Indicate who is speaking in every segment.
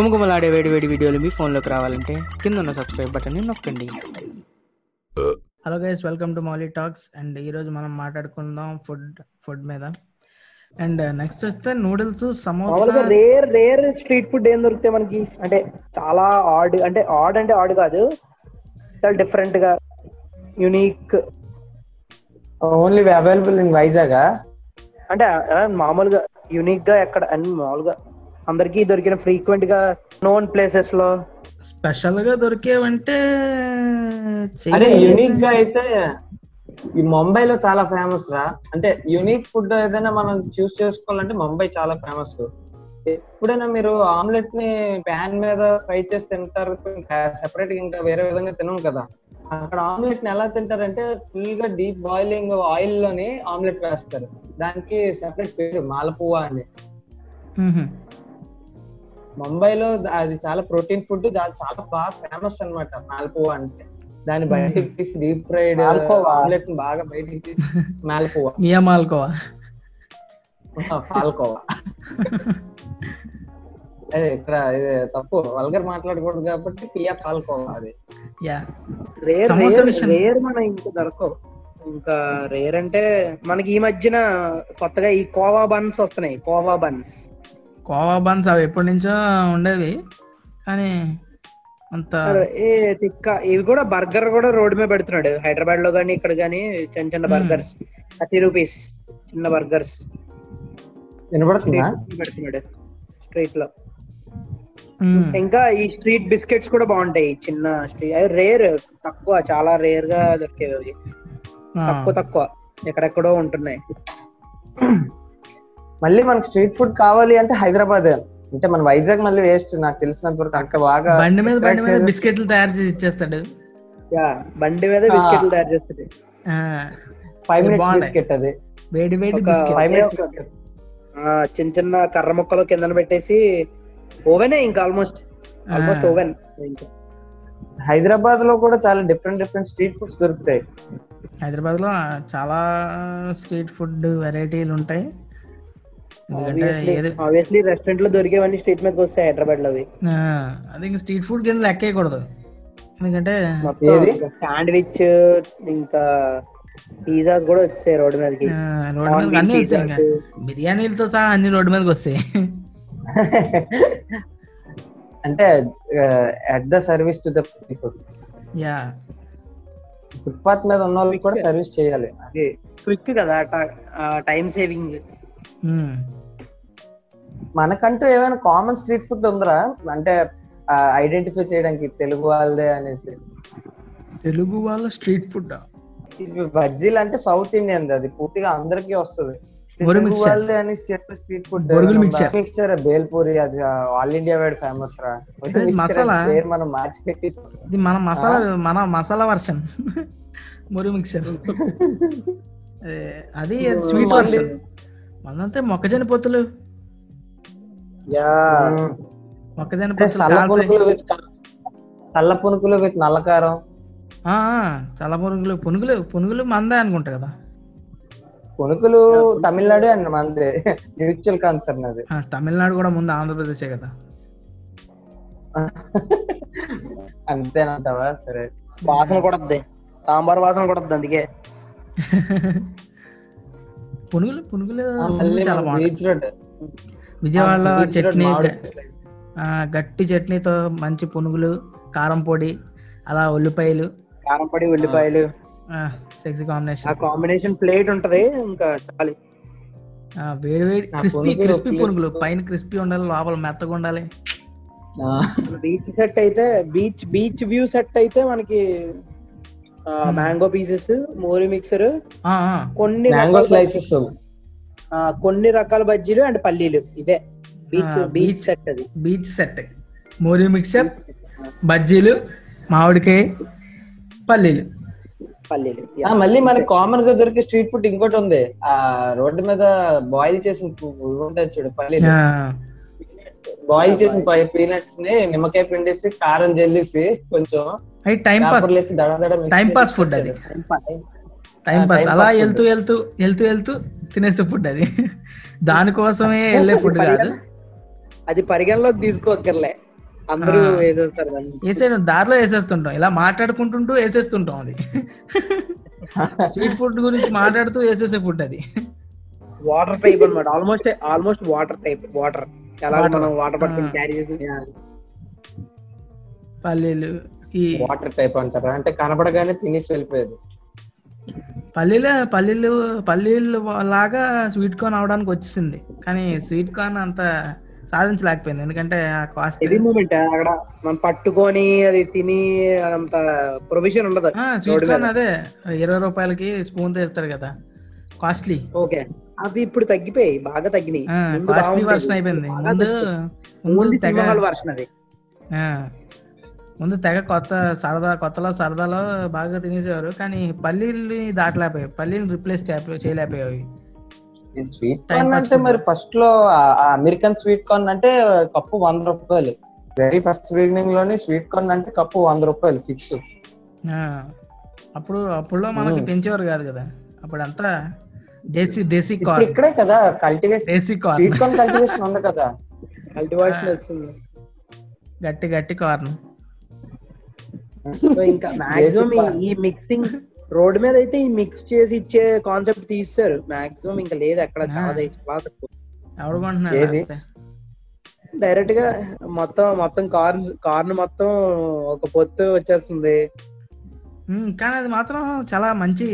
Speaker 1: గుమగుమలాడే వేడి వేడి వీడియోలు మీ ఫోన్లోకి రావాలంటే కింద ఉన్న సబ్స్క్రైబ్ బటన్ని నొక్కండి hello guys welcome to Mouli talks and ఈరోజు మనం మాట్లాడుకుందాం ఫుడ్ ఫుడ్ మీద అండ్ నెక్స్ట్ వస్తే నూడిల్స్ సమోసా
Speaker 2: మామూలుగా రేర్ రేర్ స్ట్రీట్ ఫుడ్ ఏం దొరుకుతాయి మనకి అంటే చాలా ఆడ్ అంటే ఆడ్ అంటే ఆడ్ కాదు చాలా డిఫరెంట్ గా unique
Speaker 3: only available in Vizag
Speaker 2: అంటే ఆ, మామూలుగా యునిక్ గా ఎక్కడ అని మామూలుగా అందరికీ దొరికిన ఫ్రీక్వెంట్ గా నోన్ ప్లేసెస్ లో
Speaker 1: స్పెషల్ గా దొరికేవంటే
Speaker 3: అరే యూనిక్ గా అయితే ఈ ముంబైలో చాలా ఫేమస్ రా అంటే యూనిక్ ఫుడ్ ఏదైనా మనం చూస్ చేసుకోవాలంటే ముంబై చాలా ఫేమస్ ఎప్పుడైనా మీరు ఆమ్లెట్ ని ప్యాన్ మీద ఫ్రై చేసి తింటారు ఇంకా సెపరేట్ గా ఇంకా వేరే విధంగా తినం కదా అక్కడ ఆమ్లెట్ ని ఎలా తింటారంటే ఫుల్ గా డీప్ బాయిలింగ్ ఆయిల్ లోని ఆమ్లెట్ వేస్తారు దానికి సెపరేట్ పేరు మాలపువా అని ముంబైలో ద- అది చాలా ప్రోటీన్ ఫుడ్ చాలా బాగా ఫేమస్ అన్నమాట మాల్పువా అంటే దాన్ని బయటికి తీసి డీప్ ఫ్రైడ్
Speaker 2: మాల్పువా.
Speaker 3: ఆమ్లెట్ బాగా బయటికి తీసి మాల్పువా
Speaker 1: మియా మాల్కోవా
Speaker 3: పాల్కోవా అదే ఇక్కడ ఇది తప్పు వల్గర్ మాట్లాడకూడదు కాబట్టి పియా పాల్కోవా అది
Speaker 1: యా
Speaker 2: రేర్
Speaker 1: సమోసా
Speaker 2: రేర్
Speaker 1: విషయం-
Speaker 2: రేర్ మన ఇంకా దొరకవు ఇంకా రేర్ అంటే మనకి ఈ మధ్యన కొత్తగా ఈ కోవా బన్స్ వస్తున్నాయి కోవా బన్స్
Speaker 1: కోవా బన్స్ అవి ఎప్పటి నుంచో ఉండేవి కానీ అంత
Speaker 2: ఏ తిక్క ఇవి కూడా బర్గర్ కూడా రోడ్ మీద పెడుతున్నాడు హైదరాబాద్ లో గానీ ఇక్కడ గానీ చిన్న చిన్న
Speaker 1: Hmm.
Speaker 2: బర్గర్స్ థర్టీ రూపీస్ చిన్న బర్గర్స్
Speaker 3: వినపడుతుందా
Speaker 2: పెడుతున్నాడు స్ట్రీట్ లో
Speaker 1: మ్మ్.
Speaker 2: ఇంకా ఈ స్ట్రీట్ బిస్కెట్స్ కూడా బాగుంటాయి చిన్న స్ట్రీట్ అవి రేర్ తక్కువ చాలా రేర్ గా దొరికేవి అవి.
Speaker 1: ఆ.
Speaker 2: తక్కువ తక్కువ ఎక్కడెక్కడో ఉంటున్నాయి
Speaker 3: మళ్ళీ మనకు స్ట్రీట్ ఫుడ్ కావాలి అంటే హైదరాబాద్ అంటే మన వైజాగ్ మళ్ళీ వేస్ట్ నాకు తెలిసినంత వరకు అక్కడ బాగా
Speaker 1: బండి మీద బండి మీద
Speaker 3: attractive-
Speaker 1: బిస్కెట్లు తయారు చేసి ఇచ్చేస్తాడు
Speaker 2: యా, బండి మీద
Speaker 3: Ah.
Speaker 2: బిస్కెట్లు తయారు చేస్తుంది
Speaker 1: ఆ,
Speaker 3: ఫైవ్
Speaker 1: ఇది
Speaker 3: మినిట్స్
Speaker 1: బాగుంది.
Speaker 3: బిస్కెట్ అది
Speaker 1: వేడి వేడి
Speaker 2: ఒక
Speaker 1: బిస్కెట్
Speaker 3: ఫైవ్ మినిట్స్
Speaker 2: ఒక- ఆ, చిన్న చిన్న కర్ర ముక్కలు కిందన పెట్టేసి ఓవెనే ఇంకా ఆల్మోస్ట్ ఆల్మోస్ట్
Speaker 1: ఆ.
Speaker 2: ఓవెన్
Speaker 3: హైదరాబాద్ లో కూడా చాలా డిఫరెంట్ డిఫరెంట్ స్ట్రీట్ ఫుడ్స్ దొరుకుతాయి
Speaker 1: హైదరాబాద్ లో చాలా స్ట్రీట్ ఫుడ్ వెరైటీలు ఉంటాయి ఎందుకంటే ఏది
Speaker 2: ఆబ్వియస్లీ రెస్టారెంట్ లో దొరికేవన్నీ స్ట్రీట్ మీదకి వస్తాయి హైదరాబాద్ లో అవి
Speaker 1: ఆ, అది ఇంకా స్ట్రీట్ ఫుడ్ కింద లెక్కేయకూడదు ఎందుకంటే
Speaker 3: ఏది?
Speaker 2: మొత్తం శాండ్విచ్ ఇంకా పిజ్జాస్ కూడా వచ్చాయి రోడ్డు మీదకి
Speaker 1: ఆ, రోడ్డు మీద అన్ని వస్తాయి ఇంకా బిర్యానీలతో సహా అన్ని రోడ్డు మీదకి వస్తాయి
Speaker 3: అంటే at the service to the people
Speaker 1: yeah
Speaker 3: footpath మీద ఉన్న వాళ్ళకి కూడా సర్వీస్ చేయాలి
Speaker 2: క్విక్ కదా టైం సేవింగ్
Speaker 1: మ్మ్.
Speaker 3: మనకంటూ ఏమైనా కామన్ స్ట్రీట్ ఫుడ్ ఉందరా అంటే ఐడెంటిఫై చేయడానికి తెలుగు వాళ్ళదే అనేసి
Speaker 1: తెలుగు వాళ్ళ స్ట్రీట్ ఫుడ్
Speaker 3: ఇవి బజ్జీలు అంటే సౌత్ ఇండియన్ అది పూర్తిగా అందరికీ వస్తుంది
Speaker 1: బొరుగు
Speaker 3: తెలుగు
Speaker 1: మిక్చర్.
Speaker 3: వాళ్ళదే అనేసి చెప్పే స్ట్రీట్ ఫుడ్
Speaker 1: బొరుగుల మిక్చర్.
Speaker 3: మిక్చర్ బేల్పూరి అది ఆల్ ఇండియా వైడ్ ఫేమస్ రా
Speaker 1: అది మసాలా.
Speaker 3: పేరు మనం మార్చి పెట్టి
Speaker 1: ఇది మన మసాలా మన మసాలా వర్షన్ మురి మిక్సర్ ఏ, అది స్వీట్
Speaker 3: మళ్ళీ-
Speaker 1: వర్షన్ మనంతే మొక్కజొన్న పొత్తులు
Speaker 2: యా
Speaker 1: మొక్కజొన్న
Speaker 3: అంటే
Speaker 1: పొత్తులు
Speaker 3: సల్ల
Speaker 1: కాల్చి-
Speaker 3: పునుకులు విత్ సల్ల పునుకులు విత్ నల్లకారం
Speaker 1: ఆ, ఆ, చాలా పునుగులు పునుగులు పునుగులు మందే అనుకుంటా కదా
Speaker 3: పునుకులు తమిళనాడు అండ్ మనది మ్యూచువల్ కన్సర్న్ అది
Speaker 1: ఆ, తమిళనాడు కూడా ముందు ఆంధ్రప్రదేశే కదా
Speaker 3: అంతేనంటావా సరే
Speaker 1: Hmm.
Speaker 2: వాసన కొడద్ది సాంబార్ వాసన కొడద్ది అందుకే
Speaker 1: పునుగులు పునుగులు
Speaker 3: మళ్ళీ
Speaker 1: చాలా బాగుంటాయి
Speaker 3: బీచ్ రోడ్
Speaker 1: విజయవాడలో
Speaker 3: బీచ్ రోడ్
Speaker 1: చట్నీ
Speaker 3: మామిడి
Speaker 1: గ- ఆ, గట్టి చట్నీతో మంచి పునుగులు కారం పొడి అలా ఉల్లిపాయలు
Speaker 2: కారం పొడి ఉల్లిపాయలు
Speaker 1: సెక్స్
Speaker 2: ఆ
Speaker 1: కాంబినేషన్
Speaker 2: కాంబినేషన్ ప్లేట్ ఉంటది ఇంకా చాలు
Speaker 1: వేడి వేడి
Speaker 3: ఆ
Speaker 1: క్రిస్పీ
Speaker 3: పునుగులు
Speaker 1: క్రిస్పీ
Speaker 3: ప్లేట్
Speaker 1: పునుగులు పైన క్రిస్పీ ఉండాలి లోపల మెత్తగా ఉండాలి
Speaker 3: ఆ,
Speaker 2: బీచ్ సెట్ అయితే బీచ్ బీచ్ వ్యూ సెట్ అయితే మనకి
Speaker 1: Hmm.
Speaker 2: మ్యాంగో పీసెస్ మోరీ మిక్సర్
Speaker 1: ఆ, ఆ,
Speaker 2: కొన్ని
Speaker 3: మ్యాంగో
Speaker 2: రకాల
Speaker 3: స్లైసెస్
Speaker 2: ఆ, కొన్ని రకాల బజ్జీలు అండ్ పల్లీలు ఇవే బీచ్
Speaker 1: ఆ,
Speaker 2: బీచ్
Speaker 1: బీచ్.
Speaker 2: సెట్ అది
Speaker 1: బీచ్ సెట్ మోరీ మిక్సర్ బజ్జీలు మామిడికాయ పల్లీలు
Speaker 2: పల్లీలు
Speaker 3: ఆ, మళ్ళీ మనకి కామన్ గా దొరికే స్ట్రీట్ ఫుడ్ ఇంకోటి ఉంది ఆ రోడ్డు మీద బాయిల్ చేసిన పు- ఇవి ఉంటాయి చూడు పల్లీలు
Speaker 1: ఆ,
Speaker 3: బాయిల్ చేసిన పీనట్స్ ని నిమ్మకాయ పిండేసి కారం జల్లేసి కొంచెం
Speaker 1: అది టైం పాస్
Speaker 3: పేపర్లేసి దడ దడ mix
Speaker 1: టైం
Speaker 3: చేసి
Speaker 1: పాస్ ఫుడ్ అది టైం
Speaker 3: ఆ,
Speaker 1: పాస్
Speaker 3: టైం
Speaker 1: అలా
Speaker 3: పాస్
Speaker 1: వెళ్తూ వెళ్తూ వెళ్తూ వెళ్తూ తినేసే ఫుడ్ అది దానికోసమే వెళ్ళే ఫుడ్ కాదు
Speaker 2: అది పరిగణలోకి తీసుకోకర్లే అందరూ వేసేస్తారు దాన్ని
Speaker 1: వేసేయడం దారిలో వేసేస్తుంటాం ఇలా మాట్లాడుకుంటుంటూ వేసేస్తుంటాం అది స్ట్రీట్ ఫుడ్ గురించి మాట్లాడుతూ వేసేసే ఫుడ్ అది
Speaker 2: వాటర్ టైప్ అన్నమాట almost almost water type water ఎలా
Speaker 1: Water.
Speaker 2: మనం వాటర్ పట్టుకుని
Speaker 1: ఆ.
Speaker 2: క్యారీ చేసి
Speaker 1: పల్లీలు ఈ
Speaker 3: వాటర్ టైప్ అంటారా అంటే కనపడగానే తినేసి వెళ్ళిపోయేది
Speaker 1: పల్లీల పల్లీలు పల్లీలు లాగా స్వీట్ కార్న్ అవడానికి వచ్చింది కానీ స్వీట్ కార్న్ అంత సాధించలేకపోయింది ఎందుకంటే ఆ కాస్ట్
Speaker 2: ఇది మూమెంట్ అక్కడ మనం పట్టుకొని అది తిని అంత ప్రొవిజన్ ఉండదు
Speaker 1: స్వీట్
Speaker 2: రోడ్డు
Speaker 1: కార్న్
Speaker 2: మీద.
Speaker 1: అదే ఇరవై రూపాయలకి స్పూన్ తెస్తారు కదా కాస్ట్లీ
Speaker 2: ఓకే అవి ఇప్పుడు తగ్గిపోయి బాగా తగ్గినాయి ముందు
Speaker 1: కాస్ట్లీ
Speaker 2: బాగుండేది.
Speaker 1: వర్షన్ అయిపోయింది
Speaker 2: బాగా
Speaker 1: ముందు
Speaker 2: తగ్గిపోయి.
Speaker 1: ముందు
Speaker 2: ముందు
Speaker 1: తెగ
Speaker 2: సినిమాల వర్షన్ అది
Speaker 1: ఆ, ముందు తెగ కొత్త సరదా కొత్తలో సరదాలో బాగా తినేసేవారు కానీ పల్లీల్ని దాటలేకపోయాయి పల్లీలు రిప్లేస్ చేయలేకపోయాయి
Speaker 3: ఈ స్వీట్
Speaker 1: Time
Speaker 3: కార్న్
Speaker 1: pass
Speaker 3: అంటే
Speaker 1: food.
Speaker 3: మరి ఫస్ట్ లో అమెరికన్ స్వీట్ కార్న్ అంటే కప్పు వంద రూపాయలు వెరీ ఫస్ట్ బిగినింగ్ లోనే స్వీట్ కార్న్ అంటే కప్పు వంద రూపాయలు ఫిక్స్
Speaker 1: ఆ, అప్పుడు అప్పుడులో మనకి
Speaker 3: Hmm.
Speaker 1: పెంచేవారు కాదు కదా అప్పుడంతా దేశీ దేశీ
Speaker 3: ఇప్పుడు
Speaker 1: కార్న్
Speaker 3: ఇక్కడే కదా కల్టివేషన్
Speaker 1: దేశీ కార్న్
Speaker 3: స్వీట్ కార్న్ కల్టివేషన్ ఉంది కదా
Speaker 2: అల్టి వర్షన్ వచ్చింది
Speaker 1: గట్టి గట్టి కార్న్
Speaker 2: సో ఇంకా మాక్సిమం ఈ మిక్సింగ్ రోడ్ మీద అయితే ఈ మిక్స్ చేసి ఇచ్చే కాన్సెప్ట్ తీస్తారు మాక్సిమం ఇంకా లేదు అక్కడ చాలా చాలా తక్కువ
Speaker 1: ఎవడు
Speaker 3: ఏది?
Speaker 1: కొంటున్నాడు
Speaker 2: డైరెక్ట్ గా మొత్తం మొత్తం కార్న్ కార్న్ మొత్తం ఒక పొత్తు వచ్చేస్తుంది
Speaker 1: ఉమ్, కానీ అది మాత్రం చాలా మంచి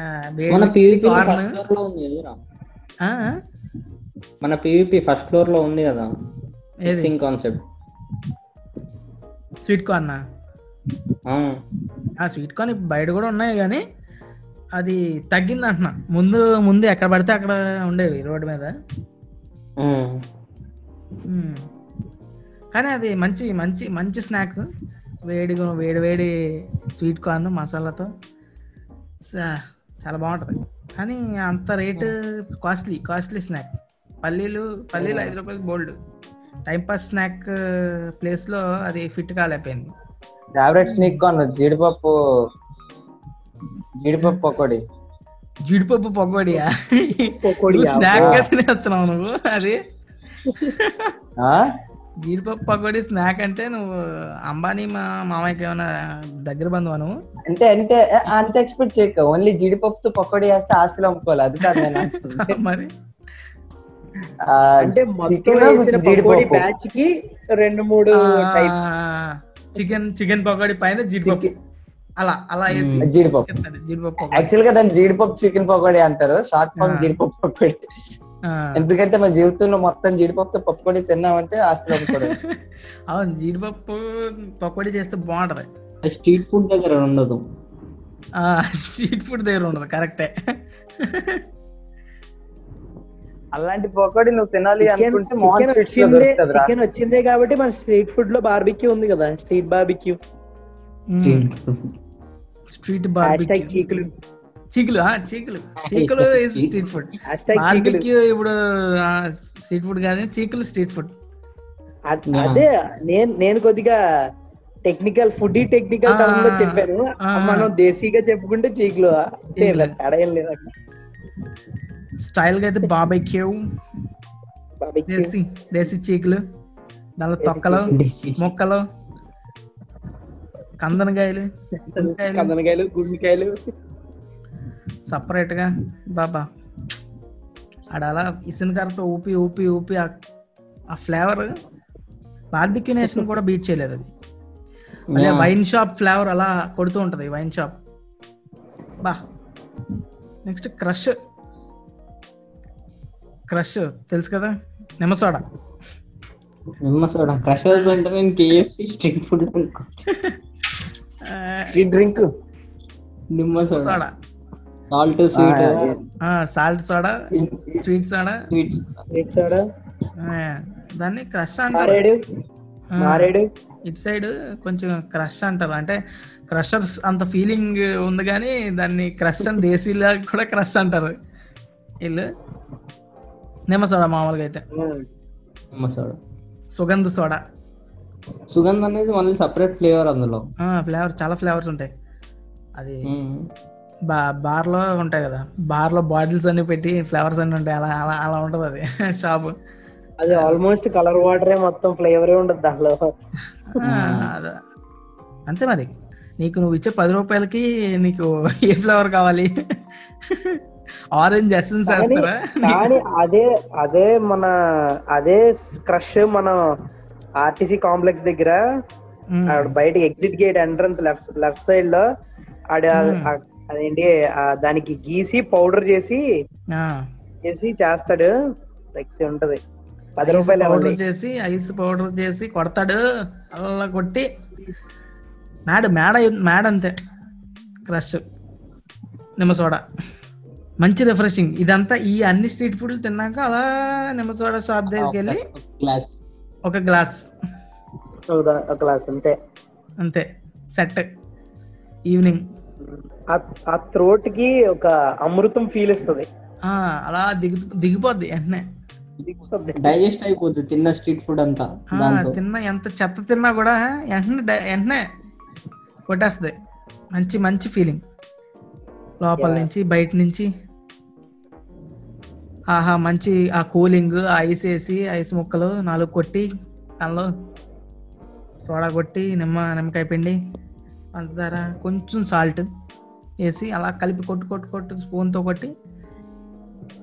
Speaker 1: ఆ, వేడి
Speaker 4: మన పీవీపీ
Speaker 1: కార్న్.
Speaker 4: ఫస్ట్ ఫ్లోర్ లో ఉంది ఎదురా
Speaker 1: ఆ, ఆ,
Speaker 4: మన పీవీపీ ఫస్ట్ ఫ్లోర్ లో ఉంది కదా
Speaker 1: ఏది
Speaker 4: మిక్సింగ్ కాన్సెప్ట్
Speaker 1: స్వీట్ కార్న్ ఆ స్వీట్ కార్న్ ఇప్పుడు బయట కూడా ఉన్నాయి కానీ అది తగ్గింది అంటున్నా ముందు ముందు ఎక్కడ పడితే అక్కడ ఉండేవి రోడ్డు మీద ఉమ్. కానీ అది మంచి మంచి మంచి స్నాక్ వేడి వేడి వేడి స్వీట్ కార్న్ మసాలాతో సా- చాలా బాగుంటుంది కానీ అంత రేటు కాస్ట్లీ కాస్ట్లీ స్నాక్ పల్లీలు పల్లీలు ఐదు రూపాయలకి బోల్డ్ టైంపాస్ స్నాక్ ప్లేస్లో అది ఫిట్ కాలేకపోయింది
Speaker 2: Hmm.
Speaker 3: ఫేవరెట్ స్నీక్ కార్న్ జీడిపప్పు జీడిపప్పు పకోడి
Speaker 1: జీడిపప్పు పకోడియా
Speaker 2: పకోడీయా?
Speaker 1: నువ్వు స్నాక్ గా తినేస్తున్నావు నువ్వు అది
Speaker 3: ఆ?
Speaker 1: జీడిపప్పు పకోడీ స్నాక్ అంటే నువ్వు అంబానీ మా మామయ్యకి ఏమైనా దగ్గర బంధువా నువ్వు
Speaker 3: అంటే అంటే ఆ, అంత ఎక్స్పెక్ట్ చేయక ఓన్లీ జీడిపప్పుతో పకోడీ వేస్తే ఆస్తులు అమ్ముకోవాలి అది కాదు నేను అంటుంది.
Speaker 1: మరి
Speaker 3: ఆ,
Speaker 2: అంటే మొత్తం
Speaker 3: chicken
Speaker 2: వేసిన
Speaker 3: with
Speaker 2: పకోడీ
Speaker 3: జీడిపప్పు
Speaker 2: బ్యాచ్ కి రెండు మూడు టైప్
Speaker 1: చికెన్ చికెన్ పకోడీ పైన జీడిపప్పు
Speaker 3: Chicken-
Speaker 1: అలా అలా వేసి
Speaker 3: జీడిపప్పు
Speaker 1: ఎత్తారు జీడిపప్పు పకోడీ.
Speaker 3: యాక్చువల్ గా దాన్ని జీడిపప్పు చికెన్ పకోడీ అంటారు షార్ట్ ఫామ్
Speaker 1: ఆ.
Speaker 3: జీడిపప్పు పకోడీ
Speaker 1: ఆ.
Speaker 3: ఎందుకంటే మన జీవితంలో మొత్తం జీడిపప్పుతో పకోడీ తిన్నామంటే ఆస్తులు అమ్ముకోవడం
Speaker 1: అవును జీడిపప్పు పకోడీ చేస్తే బాగుంటది
Speaker 4: స్ట్రీట్ ఫుడ్ దగ్గర ఉండదు
Speaker 1: ఆ, స్ట్రీట్ ఫుడ్ దగ్గర ఉండదు కరెక్టే
Speaker 3: అలాంటి పకోడీ నువ్వు తినాలి అనుకుంటే మోహన్
Speaker 2: చికెన్
Speaker 3: స్వీట్స్ లో దొరుకుతుంది రా
Speaker 2: చికెన్ వచ్చిందే కాబట్టి మన స్ట్రీట్ ఫుడ్ లో బార్బిక్యూ ఉంది కదా street barbecue
Speaker 1: street
Speaker 2: hashtag
Speaker 1: barbecue
Speaker 2: చీకులు
Speaker 1: చీకులు ఆ, చీకులు చీకులు is street food
Speaker 2: hashtag చీకులు
Speaker 1: బార్బిక్యూ ఇప్పుడు స్ట్రీట్ ఫుడ్ కాదు చీకులు స్ట్రీట్ ఫుడ్
Speaker 2: అ- అదే నేను నేను కొద్దిగా టెక్నికల్ ఫుడ్ టెక్నికల్
Speaker 1: ఆ,
Speaker 2: టర్మ్ లో చెప్పాను
Speaker 1: ఆ,
Speaker 2: మనం దేశీగా చెప్పుకుంటే చీకులు అంతే
Speaker 1: చీకులు.
Speaker 2: తేడా ఏం లేదు అక్కడ.
Speaker 1: స్టైల్ గా అయితే బాబైక్యూ
Speaker 2: Barbecue.
Speaker 1: దేశీ దేశీ చీకులు దానిలో తొక్కలు మొక్కలు కందనకాయలు గుండెకాయలు
Speaker 2: కందనకాయలు గుండెకాయలు
Speaker 1: సపరేట్ గా బాబా ఆడ అలా ఇసునకరతో ఊపి ఊపి ఊపి ఆ- ఆ ఫ్లేవర్ బార్బిక్యూ నేషన్ కూడా బీట్ చేయలేదు అది అదే వైన్ షాప్ ఫ్లేవర్ అలా కొడుతూ ఉంటది వైన్ షాప్ బా నెక్స్ట్ క్రష్ క్రష్ తెలుసు కదా నిమ్మసోడ
Speaker 4: సోడా క్రషర్స్ అంటే మేము కేఎఫ్సి స్ట్రీట్ ఫుడ్ అనుకోవచ్చు
Speaker 3: ఈ డ్రింక్
Speaker 4: నిమ్మ soda
Speaker 1: soda
Speaker 4: salt sweet
Speaker 1: salt soda sweet soda
Speaker 4: sweet
Speaker 2: వేసాడు
Speaker 1: దాన్ని క్రష్ అంటారు
Speaker 2: మారేడు
Speaker 1: ఆ,
Speaker 2: మారేడు
Speaker 1: ఇటు సైడ్ కొంచెం క్రష్ అంటారు అంటే క్రషర్స్ అంత ఫీలింగ్ ఉంది కానీ దాన్ని క్రష్ అని దేశీలా కూడా క్రష్ అంటారు వీళ్ళు నిమ్మ సోడా మామూలుగా అయితే
Speaker 4: నిమ్మ సోడా
Speaker 1: సుగంధ సోడా
Speaker 4: సుగంధ అనేది మళ్ళీ సపరేట్ ఫ్లేవర్ అందులో
Speaker 1: ఫ్లేవర్ చాలా ఫ్లేవర్స్ ఉంటాయి అది
Speaker 4: మ్మ్.
Speaker 1: బా బార్లో ఉంటాయి కదా బార్లో బాటిల్స్ అన్ని పెట్టి ఫ్లేవర్స్ అన్ని ఉంటాయి అలా అలా అలా ఉంటుంది అది షాప్
Speaker 2: అది ఆల్మోస్ట్ కలర్ వాటరే మొత్తం ఫ్లేవరే ఉండదు దానిలో
Speaker 1: ఆ, అదే. అంతే మరి నీకు నువ్వు ఇచ్చే పది రూపాయలకి నీకు ఏ ఫ్లేవర్ కావాలి ఆరెంజ్ ఎసెన్స్
Speaker 2: కానీ-
Speaker 1: వేస్తారా
Speaker 2: కానీ అదే అదే మన అదే క్రష్ మన ఆర్టీసీ కాంప్లెక్స్ దగ్గర
Speaker 1: ఉమ్,
Speaker 2: ఆడ బయట exit gate entrance left left side లో ఆడ
Speaker 1: Hmm.
Speaker 2: ఆ- అదేంటి ఆ దానికి గీసి పౌడర్ చేసి
Speaker 1: ఆ.
Speaker 2: చేసి చేస్తాడు ఫ్లెక్సీ ఉంటది పది
Speaker 1: ఐస్
Speaker 2: రూపాయలు
Speaker 1: పౌడర్
Speaker 2: ఇవ్వాలి
Speaker 1: చేసి ఐస్ పౌడర్ చేసి కొడతాడు అలా కొట్టి మేడ మేడ మేడ అంతే క్రష్ నిమ్మ సోడా మంచి రిఫ్రెషింగ్ ఇదంతా ఈ అన్ని స్ట్రీట్ ఫుడ్లు తిన్నాక అలా నిమ్మ సోడా షాప్ దగ్గరికి వెళ్ళి
Speaker 4: క్లాస్
Speaker 1: ఒక గ్లాస్
Speaker 2: ఒక క్లాస్ అంతే
Speaker 1: అంతే సెట్ ఈవినింగ్
Speaker 2: ఆ- ఆ థ్రోట్ కి ఒక అమృతం ఫీల్ ఇస్తుంది
Speaker 1: ఆ, అలా దిగు దిగిపోద్ది వెంటనే
Speaker 4: డైజెస్ట్ అయిపోతుంది తిన్న స్ట్రీట్ ఫుడ్ అంతా
Speaker 1: ఆ,
Speaker 4: దాంతో
Speaker 1: తిన్నా ఎంత చెత్త తిన్నా కూడా వెంటనే డై- వెంటనే కొట్టేస్తుంది మంచి మంచి ఫీలింగ్ లోపల నుంచి బయట నుంచి ఆహా మంచి ఆ కూలింగ్ ఐస్ వేసి ఐస్ ముక్కలు నాలుగు కొట్టి తనలో సోడా కొట్టి నిమ్మ నిమ్మకాయ పిండి పంచదార కొంచెం సాల్ట్ వేసి అలా కలిపి కొట్టు కొట్టు కొట్టు స్పూన్తో కొట్టి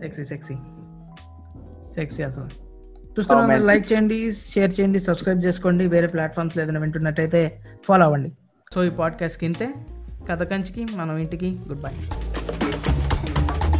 Speaker 1: సెక్సీ సెక్సీ సెక్సీ అసలు చూస్తున్నా లైక్ చేయండి షేర్ చేయండి సబ్స్క్రైబ్ చేసుకోండి వేరే ప్లాట్ఫామ్స్ ఏదైనా వింటున్నట్టయితే ఫాలో అవ్వండి సో ఈ పాడ్కాస్ట్కి ఇంతే కథ కంచికి మనం ఇంటికి గుడ్ బై